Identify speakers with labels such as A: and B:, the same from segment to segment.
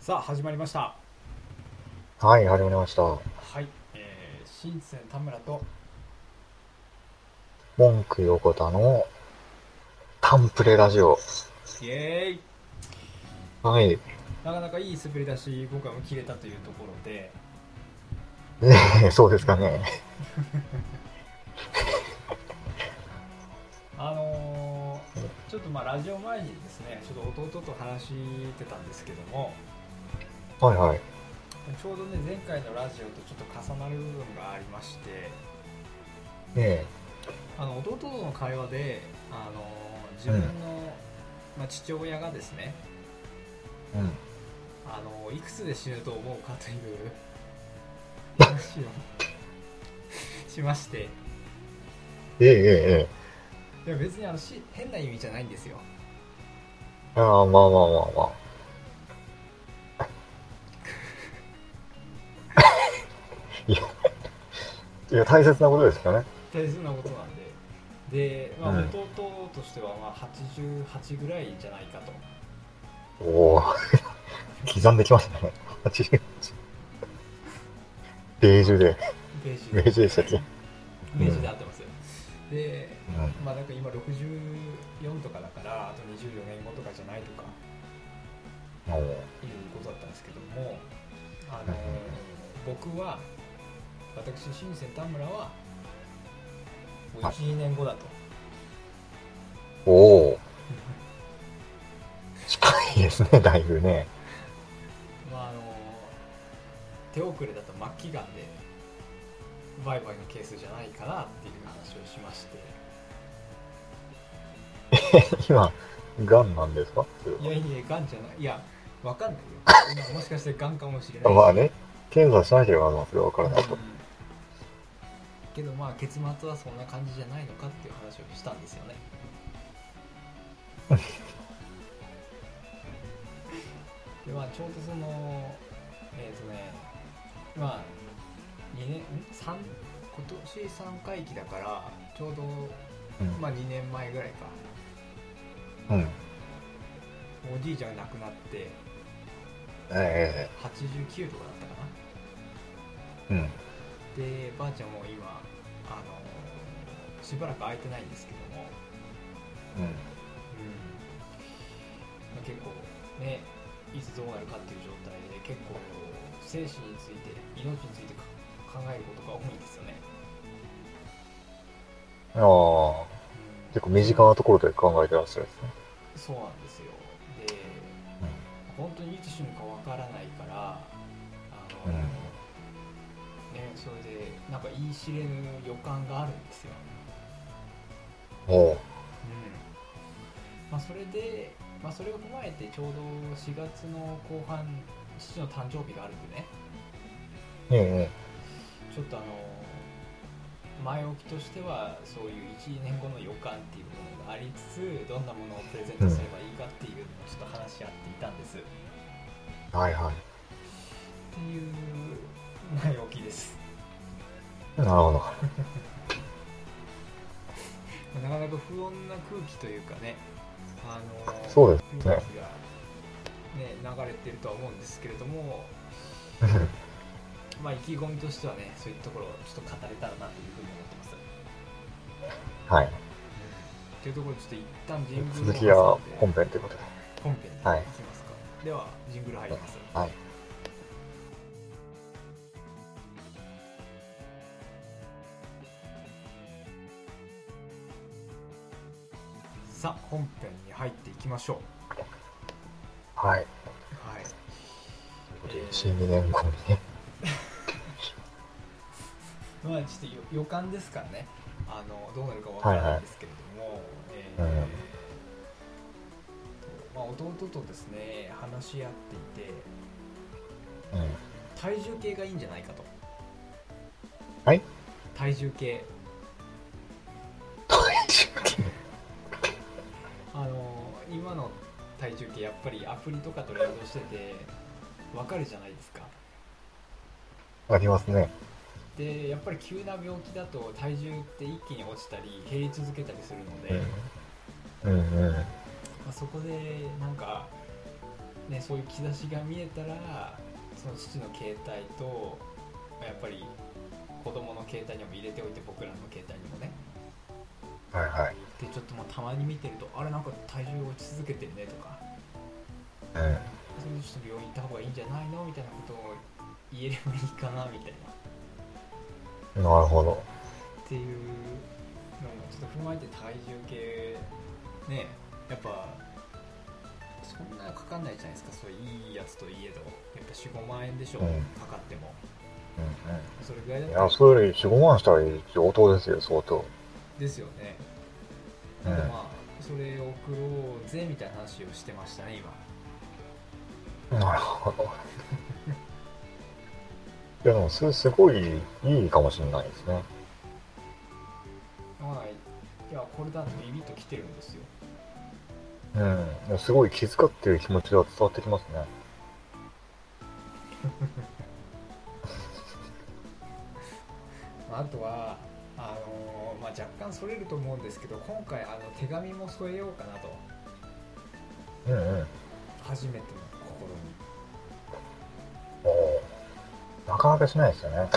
A: さあ始まりました
B: はい、始まりました。は
A: はい、えー、新鮮田村と
B: 文句横田のタンプレラジオ。
A: イエーイ
B: はい。
A: なかなかいい滑り出し今回も切れたというところで
B: ねえそうですかね。
A: あのー、ちょっとまあラジオ前にですねちょっと弟と話してたんですけども
B: はいはい。
A: ちょうどね前回のラジオとちょっと重なる部分がありまして
B: ね
A: あの弟との会話で、あのー自分の、まあ、父親がですね、
B: え。うん。
A: あのいくつで死ぬと思うかという 話をしまして
B: えええええ
A: いや別にあのし変な意味じゃないんですよ
B: え。ああ、まあまあまあまあ。 いや、いや、大切なことですよね。
A: 大切なことなん でで、まあ、
B: うん
A: 弟としてはまあ88ぐらいじゃないかと
B: おお刻んできましたね。88ベージュで。
A: 明治
B: ベージュでしたっけ。
A: 明治で合ってますよ、で
B: うん。
A: まあなんか今64とかだからあと24年後とかじゃないとか
B: おー
A: いうことだったんですけどもあの僕は私新鮮田村はもう
B: はい
A: 12年後だと
B: おお近いですね、 だいぶね。
A: まああの手遅れだと末期がんで売買のケースじゃないかなっていう話をしまして
B: 今、がんなんですか
A: いやいやがんじゃないいやわかんないよ今もしかしてがんかもしれないし
B: まあね、検査しなければな、それは分か
A: う
B: ら
A: ん
B: ないと。
A: けどまあ結末はそんな感じじゃないのかっていう話をしたんですよねでまあちょうどそのえっ、とねまあ2年ん3今年3回忌だからちょうど、
B: うん
A: まあ、2年前ぐらいか
B: うん。
A: おじいちゃんが亡くなって
B: え
A: 89とかだったかな
B: えうん。
A: でばあちゃんも今あのしばらく空いてないんですけども、
B: う
A: ま
B: ん。
A: あ、結構ねいつどうなるかっていう状態で結構生死について命についてか考えることが多いんですよね、
B: ああ、結構身近なところで考えてらっしゃるんですね。
A: そうなんですよで本当にいつ死ぬかわからないからあの、
B: うん
A: ねそれでなんか言い知れぬ予感があるんですよ
B: おお
A: まあ、それで、まあ、それを踏まえてちょうど4月の後半父の誕生日があるんでね
B: ええ
A: ちょっとあの前置きとしてはそういう1年後の予感っていうものがありつつどんなものをプレゼントすればいいかっていうのをちょっと話し合っていたんです、っ
B: はいは
A: ていう前置きです
B: い。なるほど。
A: なかなか不穏な空気というかねあの
B: そうですね
A: 空気がね流れてるとは思うんですけれどもまあ意気込みとしてはねそういうところをちょっと語れたらなというふうに思ってます
B: はい。
A: というところでちょっと一旦ジングル
B: 続
A: を
B: きは
A: 挟んで
B: 本編ということで。
A: 本編
B: はい
A: いきますか、ではジングル入ります
B: はい。
A: さあ本編に入っていきましょ
B: はい。
A: うはい
B: 新2年後にね。
A: まあちょっとよ予感ですからねあのどうなるかわからないんですけれども、えー
B: うん
A: まあ、弟とですね話し合っていて
B: うん。
A: 体重計がいいんじゃないかと
B: はい
A: 体重計
B: 体重計。
A: あの今の体重計やっぱりアプリとかと連動しててわかるじゃないですか
B: ありますね。
A: でやっぱり急な病気だと体重って一気に落ちたり減り続けたりするので、ま
B: うんうん。
A: あ、そこでなんかね、そういう兆しが見えたらその父の携帯とやっぱり子供の携帯にも入れておいて僕らの携帯にもね
B: はいはい。
A: でちょっとまあたまに見てるとあれなんか体重落ち続けてるねとか
B: うん。
A: それでちょっと病院行った方がいいんじゃないのみたいなことを言えればいいかなみたいな
B: なるほど。
A: っていうのもちょっと踏まえて体重計ねやっぱそんなかかんないじゃないですかそういいやつといえどやっぱ45万円でしょ、
B: うん
A: かかっても
B: うん
A: それぐらいだ
B: うん。い
A: ったら
B: や、それより4、5万したら上等ですよ、相当。
A: ですよね
B: う
A: なんでまあそれを送ろうぜみたいな話をしてましたね今
B: ん。なるほど。いや、でも、それすごいいいかもしれないですね。
A: まあいやこれだとビビッと来てるんですよ
B: うん。すごい気遣ってる気持ちが伝わってきますね。
A: まああとはあのーまあ、若干それると思うんですけど今回あの手紙も添えようかなと
B: うんうん。
A: 初めての試み
B: おおー。なかなかしないですよね。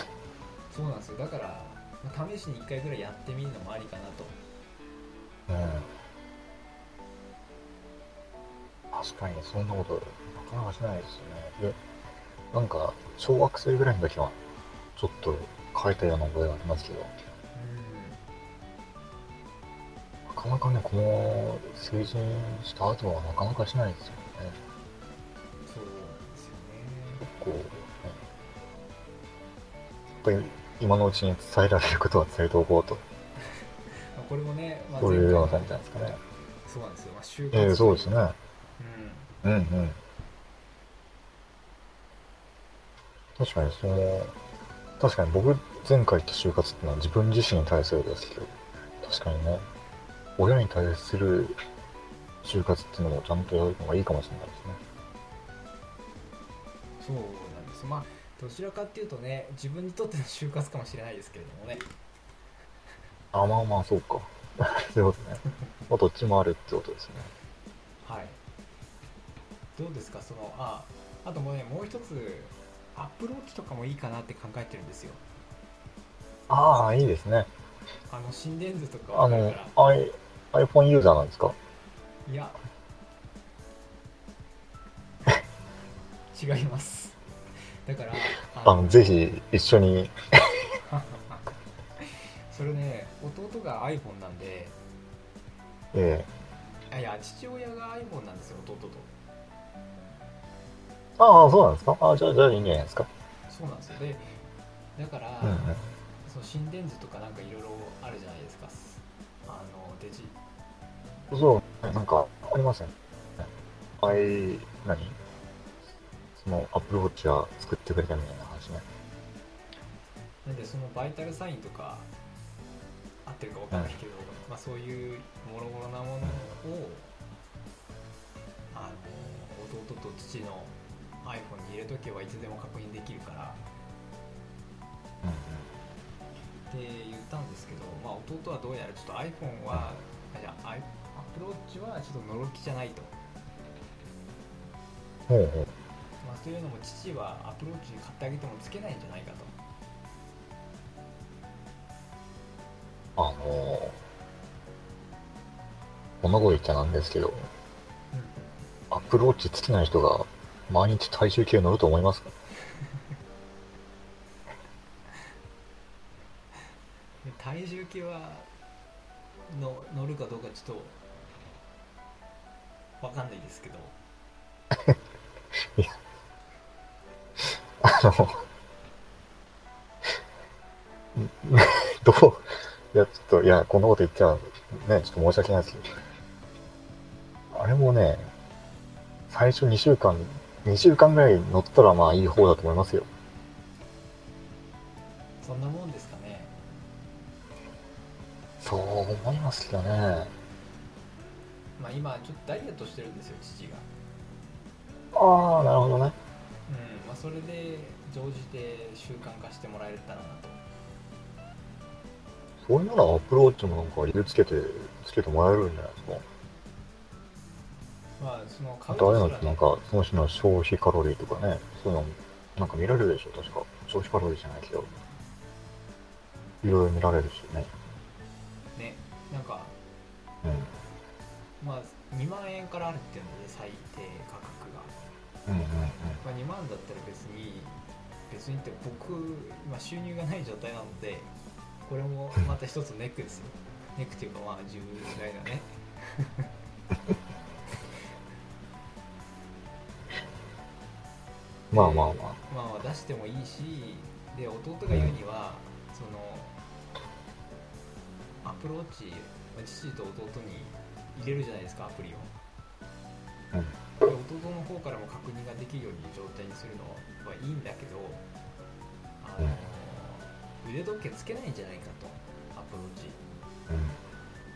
A: そうなんですよだからまあ試しに1回ぐらいやってみるのもありかなと
B: うん。確かに、そんなこと、なかなかしないですよね。で、なんか、小学生ぐらいの時は、ちょっと変えたような覚えがありますけど、
A: う
B: なかなかね、この成人した後はなかなかしないですよね。
A: んそうなんですよね
B: こう、ね、やっぱり今のうちに伝えられることは伝えておこうと、
A: まあこれもね、まあ、
B: そういうよう
A: 前
B: な感じ
A: 回
B: なん
A: の
B: ですかね。
A: そうなんですよ、まあ、就活
B: ええそうですね。
A: うん
B: うんうん。確かにその、確かに僕前回言った就活ってのは自分自身に対するですけど、確かにね、親に対する就活っていうのもちゃんとやるのがいいかもしれないです
A: そ
B: ね。
A: うなんですまあどちらかっていうとね自分にとっての就活かもしれないですけれどもね
B: あ、まあまあ、そうか。 そういうことね。まあ、どっちもあるってことですね。
A: はいどうですかそのああともうねもう一つアップローチとかもいいかなって考えてるんですよ
B: ああ、いいですね。
A: あの心電図とか
B: あ
A: はだ
B: の
A: から、
B: I、iPhone ユーザーなんですか
A: いや 違いますだから
B: あの、ぜひ一緒に。
A: それね弟が iPhone なんで
B: ええ
A: あいや父親が iPhone なんですよ弟と
B: ああ、そうなんですかああ、じゃあ、じゃあいいんじゃないですか。
A: そうなんですよでだから、
B: うんうん。
A: その心電図とかなんかいろいろあるじゃないですかあのデジ
B: そう、なんか、ありません。あい、何その、アップルウォッチは作ってくれたみたいな話ね。
A: なんでそのバイタルサインとか合ってるかわかんないけど、まあ、そういうもろもろなものをあの弟と父の iPhone に入れとけばいつでも確認できるから
B: うんうん。
A: って言ったんですけど、まあ、弟はどうやらちょっと iPhone は、あじゃあ i- アップローチはちょっとのろきじゃないと、
B: ほうほう。
A: まあ、というのも父はアップローチ買ってあげてもつけないんじゃないかと
B: あのー、こんなこと言っちゃなんですけど、アップルウォッチつけない人が、毎日体重計乗ると思いますか
A: で体重計はの乗るかどうかちょっとわかんないですけど
B: あの、ん どう、いや、ちょっと、いや、こんなこと言っちゃう、ね、ちょっと申し訳ないですけど、あれもね、最初2週間、2週間ぐらい乗ったらまあいい方だと思いますよ。
A: そんなもんですかね
B: そう思いますけどね。
A: まあ今ちょっとダイエットしてるんですよ父が
B: ああ、なるほど
A: うん
B: ね。
A: まあそれで乗じて習慣化してもらえたらなと
B: そういうならアプローチもなんか理由つけて、つけてもらえるんじゃないですか。
A: まあその
B: あ
A: 買う
B: とああいうの
A: と
B: っ
A: した
B: て
A: ら
B: なん
A: ね
B: かその人の消費カロリーとかねそういうのなんか見られるでしょ確か消費カロリーじゃないけどいろいろ見られるしね
A: ねなんか
B: う
A: まあ2万円からあるっていうので最低価格が、
B: んうんうんうん
A: まあ、2万だったら別に別にって僕今収入がない状態なのでこれもまた一つネックですよネックっていうかまあ自分ぐらいだね
B: まあまあ
A: まあ
B: ま
A: まあ出してもいいしで弟が言うには、そのアプローチまあ父と弟に入れるじゃないですかアプリを、
B: うん
A: で弟の方からも確認ができるように状態にするのはいいんだけどあの、腕時計つけないんじゃないかとアプローチ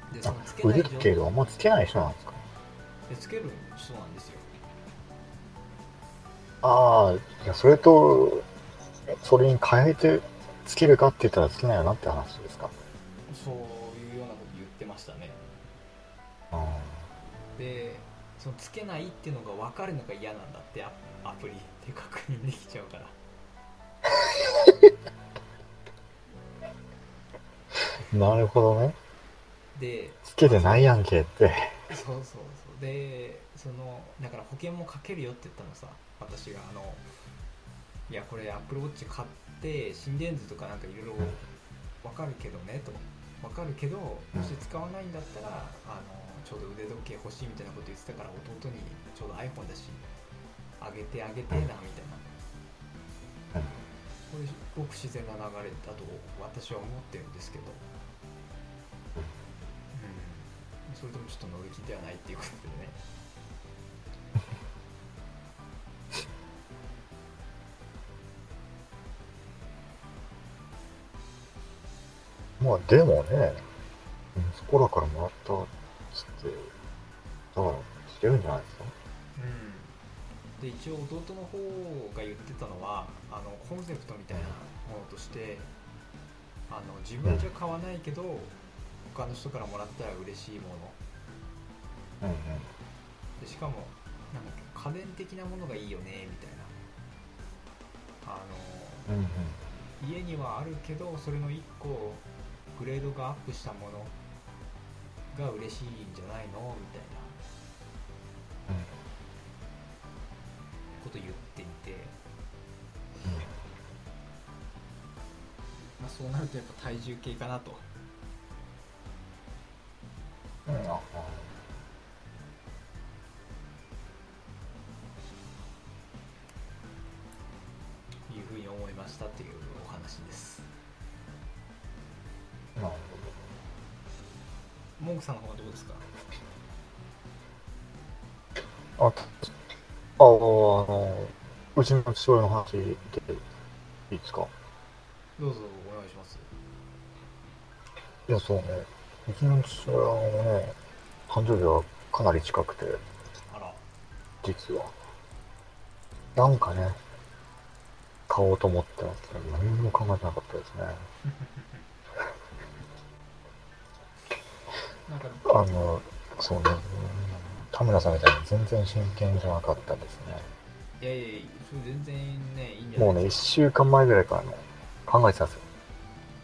B: あ、
A: で
B: あ
A: そのつけ
B: うん、
A: ない
B: 腕
A: 状
B: 時計
A: 態
B: があんまつけない人なんですか
A: でつける人なんですよ
B: ああいやそれとそれに変えてつけるかって言ったらつけないよなって話ですか
A: そういうようなこと言ってましたね
B: あ
A: でそのつけないっていうのが分かるのが嫌なんだってアアプリで確認できちゃうから
B: あなるほどね
A: で
B: つけてないやんけって
A: そうそうそうでそのだから保険もかけるよって言ったのさ私があのいやこれアップルウォッチ買って心電図とかなんかいろいろ分かるけどねと分かるけどもし使わないんだったらあのちょうど腕時計欲しいみたいなこと言ってたから弟にちょうど iPhone だしあげてあげてえなみたいな
B: うん
A: これごく自然な流れだと私は思ってるんですけど、うん、それともちょっと乗り気ではないっていうことでね
B: まあでもね、そこらからもらったっつって、だからしてるんじゃないですか
A: で一応弟の方が言ってたのはあのコンセプトみたいなものとしてあの自分じゃ買わないけど、他の人からもらったら嬉しいもの
B: うんうん。
A: でしかもなんだっけ家電的なものがいいよねみたいなあ
B: うんうん。
A: の家にはあるけどそれの1個グレードがアップしたものが嬉しいんじゃないのみたいなこと言っていて、まあ、そうなるとやっぱ体重計かなと
B: うんうん。ああ
A: いうふうに思いましたっていうお話です
B: なるほ
A: モンクさんの方はどうですか
B: ど。あ、ああの、うちの父親の話でいいですか
A: どうぞお願いします
B: いや、そうね。うちの父親のね、誕生日はかなり近くて、
A: あら
B: 実は。なんかね、買おうと思ってますけど、何も考えてなかったですね。
A: なんか
B: あの、そうね、田村さんみたいに全然真剣じゃなかったですね。
A: いやいやいやそれ全然ねいいんじゃな
B: も
A: いう
B: ね、
A: で
B: 1
A: す
B: 週間前ぐらいからね、考えてたんですよ。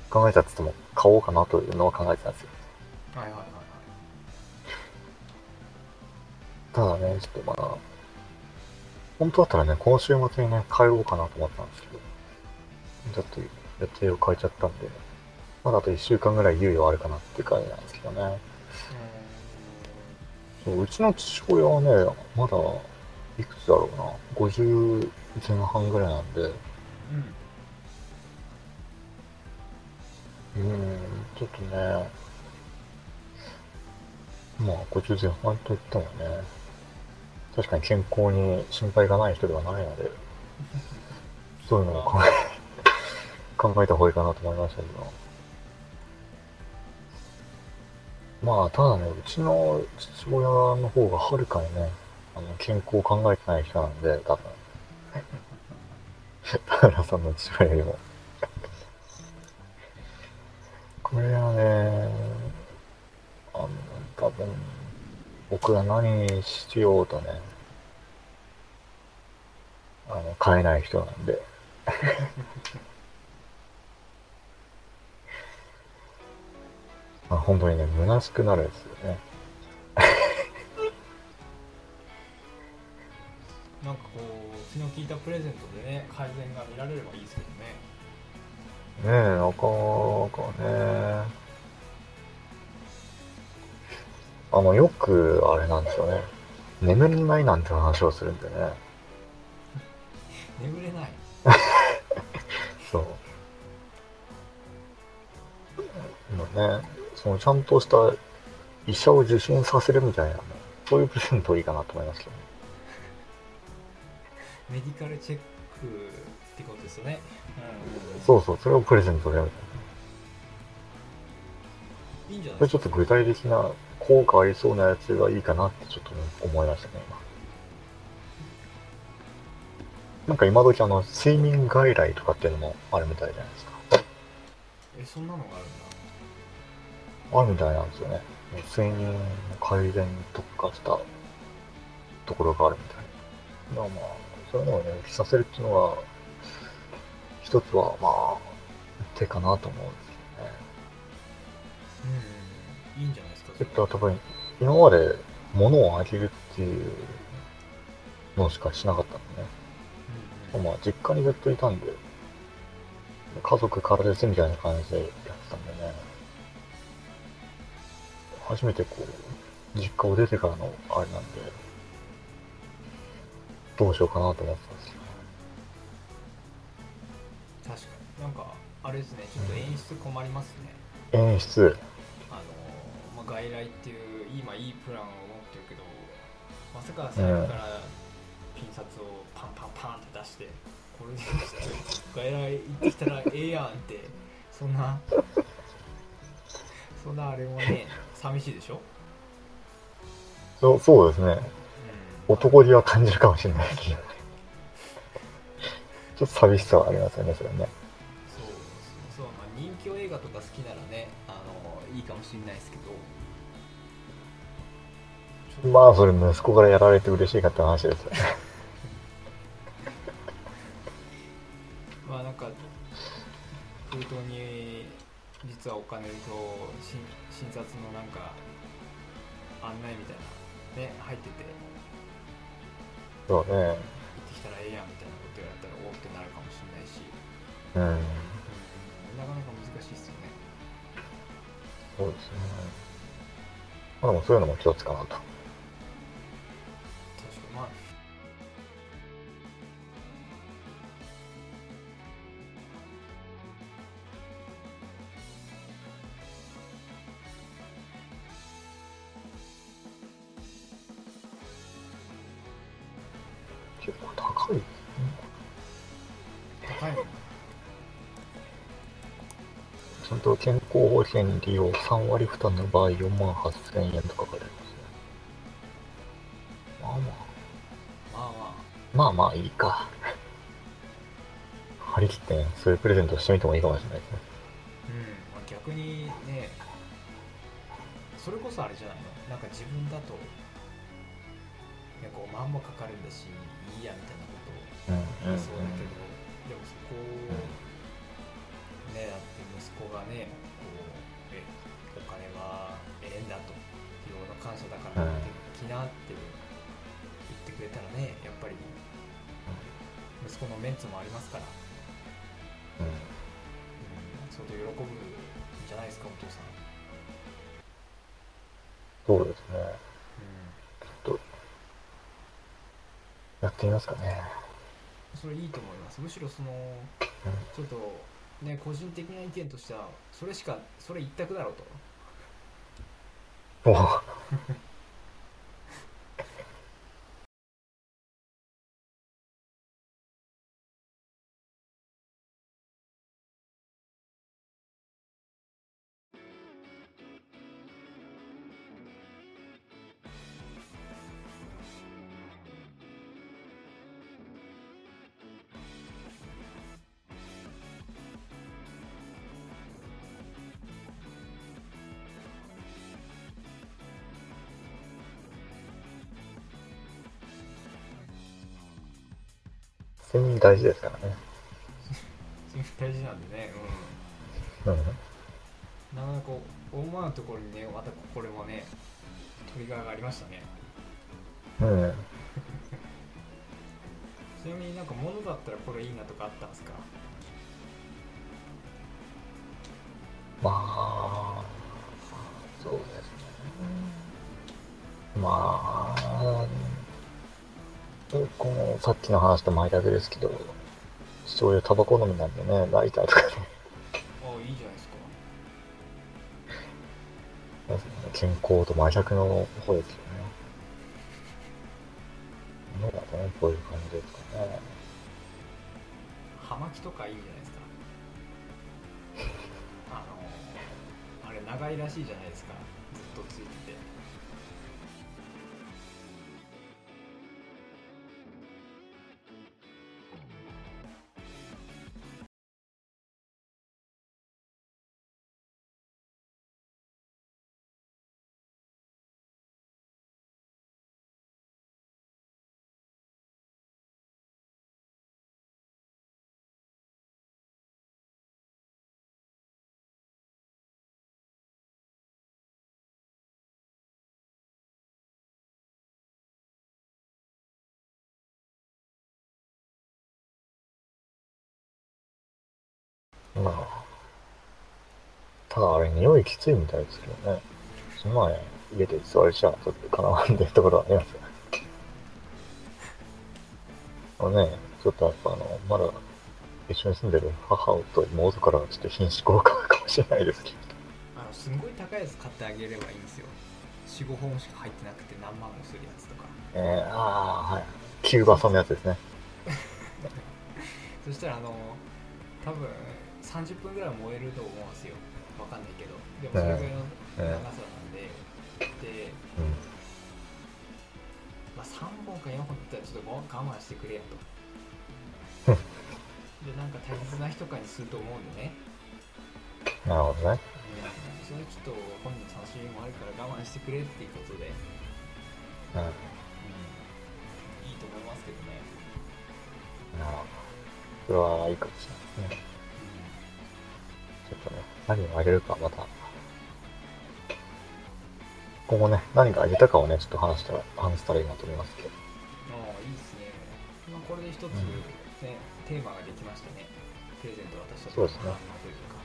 B: 考えてたっつっても、買おうかなというのは考えてたんですよ。
A: かはいはいはい
B: ただね、ちょっとまあ、本当だったらね、この週末にね、帰ろうかなと思ったんですけど、ちょっと予定を変えちゃったんで、まだあと1週間ぐらい猶予あるかなっていう感じなんですけどね。そううちの父親はね、まだ、いくつだろうな、50前半ぐらいなんで、
A: うーんうん
B: うーん、ちょっとね、まあ、50前半といってもね、確かに健康に心配がない人ではないので、そういうのを考え 考えた方がいいかなと思いましたけど。まあ、ただね、うちの父親の方がはるかにね、あの健康を考えてない人なんで、多分。 田原さんの父親よりも。これはね、あの、多分、お僕は何しようとね、あの、買えない人なんで。まあ、本当にね、虚しくなるんですよね。
A: なんかこう気の利いたプレゼントでね改善が見られればいいですけどね
B: ねえ、なかなかね。あの、よく、あれなんですよね。眠れないなんて話をするんでね。
A: 眠れない
B: そう。でもね、そのちゃんとした医者を受診させるみたいなね、そういうプレゼントいいかなと思いますけどね。
A: メディカルチェックってことですよね
B: そうそう、それをプレゼントでやる。
A: うんいいんじゃないで
B: それ
A: す
B: ちょ
A: か
B: っと具体的な効果ありそうなやつがいいかなってちょっとね思いましたね、今。なんか今時あの、睡眠外来とかっていうのもあるみたいじゃないですか。
A: えそんなのがあるんだ
B: あるみたいなんですよね。睡眠の改善に特化したところがあるみたいな。だからまあ、そういうのをね、浮きさせるっていうのは、一つはまあ、手かなと思うんですけどね。
A: うん、うん、いいんじゃないですかそ
B: ちょ
A: れ
B: っと多分、今まで物をあげるっていうのしかしなかったんでね。
A: うんうん
B: まあ、実家にずっといたんで、家族からですみたいな感じでやってたんでね、初めてこう、実家を出てからのあれなんで、どうしようかなと思ってたんですよ。
A: 確かになんかあれですねちょっと演出困りますね、
B: 演出、
A: あのまあ、外来っていう今いいプランを持ってるけどまさか財布からピン札をパンパンパンって出してこれでちょっと外来行ってきたらええやんってそんな そんなあれもね寂しいでしょ、
B: そうそうですね、
A: うん、
B: 男気は感じるかもしれないですけど、ち ょっと寂しさはありますよね、それはね。
A: そうそうそう、まあ、人気映画とか好きならねあのいいかもしれないですけどちょっと
B: まあ、それ息子からやられて嬉しいかって話ですよね。
A: まあなんか封筒に実はお金と診診察のなんか案内みたいなね入ってて
B: そうね。
A: 行ってきたらええやんみたいなことやったらおおってなるかもしれないし、
B: うん。
A: うん、なかなか難しいっすよね
B: そうですね。まあ、でもそういうのも一つかなと。
A: 確かにまあ
B: 結構高い
A: 高いもん
B: ちゃんと健康保険利用3割負担の場合4万8000円とかかかりますね。まあま
A: まあまあ
B: あ、まあまあいいか。張り切ってね、そういうプレゼントしてみてもいいかもしれないですね。
A: うん、まあ、逆にねそれこそあれじゃないのなんか自分だとねこう間もかかるんだしいいやみたいなことを
B: うん、うん、
A: そうだけど、でもそこを、ね、だって息子がね、こうえお金はええんだと、いろいろ感謝だから
B: うん
A: 持ってきなって言ってくれたらね、やっぱり息子のメンツもありますから、うん、
B: うん。
A: 相当喜ぶんじゃないですか、お父さん。
B: そうですね。ちょっと、やってみますかね。
A: それいいと思いますむしろそのちょっとね個人的な意見としてはそれしかそれ一択だろうと
B: もう、睡眠大事ですからね。
A: 大事なんでね、う
B: うん。
A: ん、なかなか思わぬところにねまたこれもねトリガーがありましたね
B: うん、
A: ちなみになんか物だったらこれいいなとかあったんですか
B: まあ、そうですね。まあ、このさっきの話と前だけですけど、そういうタバコ飲みなんでね、ライターとかね、
A: ああいいじゃないですか
B: 健康と真逆の方ですよね。なんだとね、こういう感じですかね。
A: 葉巻とかいいじゃないですかあのあれ長いらしいじゃないですかずっとついてて
B: まあ、ただあれ、匂いきついみたいですけどね。その前、家で座れちゃうとかなわんでるところはありますよ。あのね、ちょっとやっぱあの、まだ一緒に住んでる母と妹からはちょっと品種交換かもしれないですけど。
A: あのすんごい高いやつ買ってあげればいいんですよ45本しか入ってなくて何万もするやつとか
B: えー、ああ、はい。キューバ産のやつですね。
A: そしたらあの多分30分ぐらい燃えると思うんですよわかんないけどでもそれぐらいの
B: うんうん
A: 長さなんで、で、まあ、3本か4本だったらちょっと我慢してくれやとでなんか大切な日とかにすると思うんでね
B: なるほどね。
A: それちょっと本人の楽しみもあるから我慢してくれっていうことで、い
B: うん。
A: いと思いますけどね、
B: なるほど。それはいいかもしれないですね。ちょっとね、何をあげるかまた、今後ね、何があげたかをね、ちょっと話したら、話したらいいなと思いますけど。
A: ああいいですね、まあ、これで一つ、ねテーマができましたねプレゼント渡した
B: そうですね
A: 反応というか、ま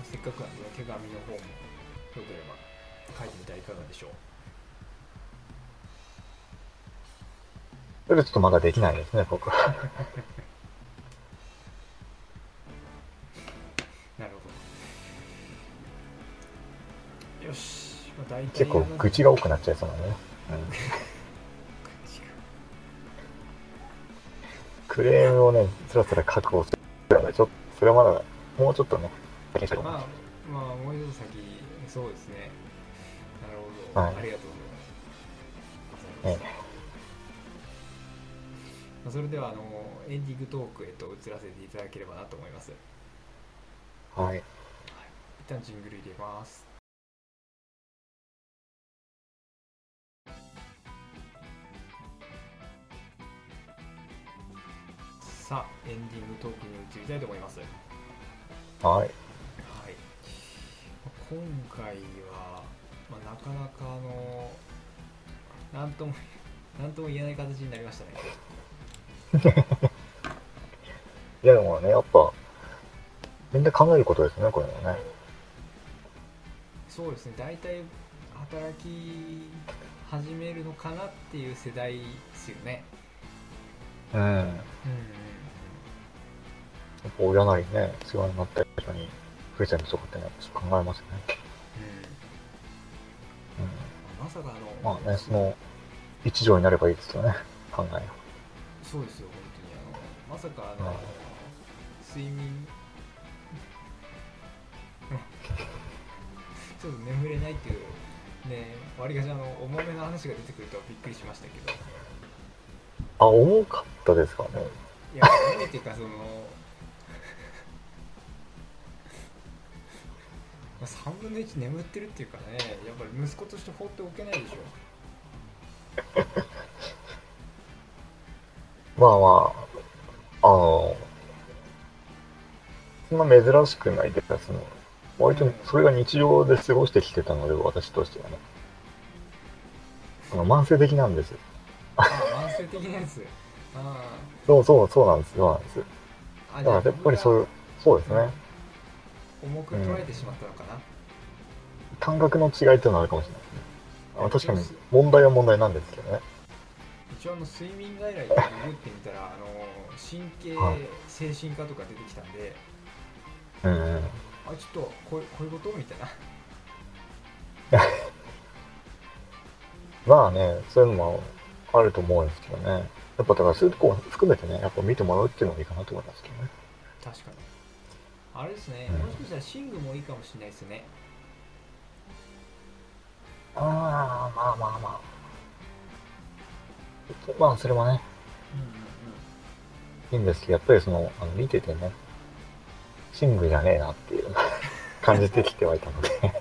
A: あせっかくなんでね手紙の方もよければ書いてみたらいかがでしょう
B: それちょっとまだできないですね、僕は。
A: なるほどよし、まあ、大体
B: 結構
A: あの、
B: 愚痴が多くなっちゃいそうなんでね。うん
A: 口が
B: クレームをね、つらつら確保するから、ちょっと、それはまだ、もうちょっとね、だけしたいと思いま。
A: ますあ、まあ、もう一度先、そうですね。なるほど、
B: はい
A: ありがとうございます。まあそれでは、あの、エンディングトークへと移らせていただければなと思います。
B: はい。
A: 一旦ジングル入れます。さあ、エンディングトークに移りたいと思います。
B: は
A: は
B: い。
A: い、今回は、まあ、なかなかあのなんともなんとも言えない形になりましたね。
B: いや、でもね、やっぱ、みんな考えることですね、これはね。
A: そうですね大体働き始めるのかなっていう世代ですよね。
B: うん。
A: うん
B: やっぱ親なりね、世話になった人に、プレゼントとかってね、ちょっと考えますね。うん。
A: まさかあの、
B: まあね、その一条になればいいですよね、 考えを。
A: そうですよ本当にあのまさかあの、
B: はい
A: 睡眠 ちょっと眠れないっていうねわりかしあの重めの話が出てくるとはびっくりしましたけど
B: あ、重かったですかね。
A: いや重めっていうかその まあ3分の1眠ってるっていうかねやっぱり息子として 放っておけないでしょ
B: まあまあ、あの、そんな珍しくないですね。その割とそれが日常で過ごしてきてたので、私としてはね。あの慢性的なんです。
A: ああ慢性的なやつあ
B: そうそう、そうなんです。そうなんです。
A: ーあ
B: だからやっぱりそういう、そうですね。
A: 重く捉えてしまったのかな、
B: 感覚の違いっていうのはあるかもしれないですね。あの確かに問題は問題なんですけどね。
A: 一応あの睡眠外来ってググってみたらあの神経、
B: はい
A: 精神科とか出てきたんで
B: うんう
A: あ
B: ん。
A: ちょっとこうこういうことみたいな
B: まあね、そういうのもあると思うんですけどね。やっぱだからそういうとこも含めてね、やっぱ見てもらうっていうのがいいかなと思いますけどね。
A: 確かにあれですね、
B: うん
A: もしかしたら寝具もいいかもしれないですね
B: ああ、まあまあまあ。まあそれはね、
A: うんうん
B: いいんですけど、やっぱりその、あの見ててね、シングじゃねえなっていう 感じてきてはいたの で。
A: うん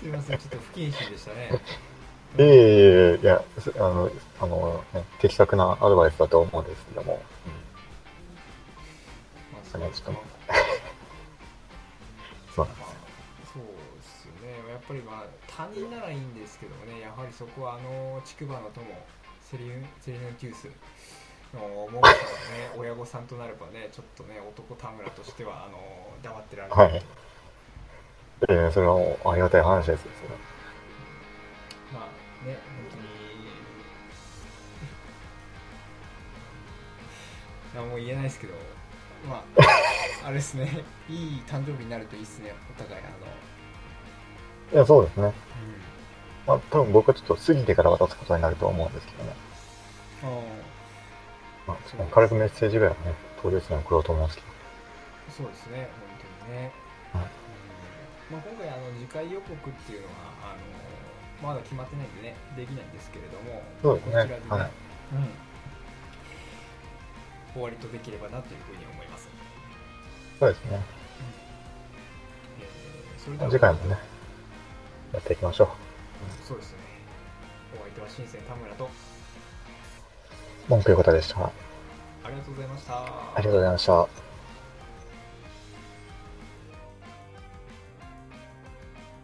A: すいませんちょっと不謹慎でしたね
B: いえいえいえいや、すあの、あの、ね、的確なアドバイスだと思うんですけども。
A: まあそうですか
B: あ
A: ま
B: のそうなん
A: あ
B: です
A: そ
B: よ。
A: うですよねやっぱりまあ他人ならいいんですけどもねやはりそこはあの竹馬の友セリヌセリヌンティウスの桃子さんね親御さんとなればねちょっとね男田村としてはあの黙ってられ
B: は
A: ない
B: い。ええそれはもうありがたい話ですよ、それは
A: まあね本当に何も言えないですけどまああれですねいい誕生日になるといいですねお互いあの、
B: いや、そうですね。
A: うん
B: まあ、多分僕はちょっと過ぎてから渡すことになると思うんですけどね。
A: あ
B: まあ、その軽くメッセージぐらいはね、当日に送ろうと思いますけ
A: ーそうですね本当にね、
B: はい
A: うんまあ、今回あの次回予告っていうのはあのまだ決まってないんでねできないんですけれども
B: そうですね
A: こちらでね、
B: はい
A: うん、終わりとできればなというふうに思います、
B: ど。そうですね。
A: えーそれでは
B: 次回もね、やっていきましょ
A: そうですねお相手は新鮮田村と
B: う。文句いうことでした。あ
A: ありがとうございました
B: りがとうございました。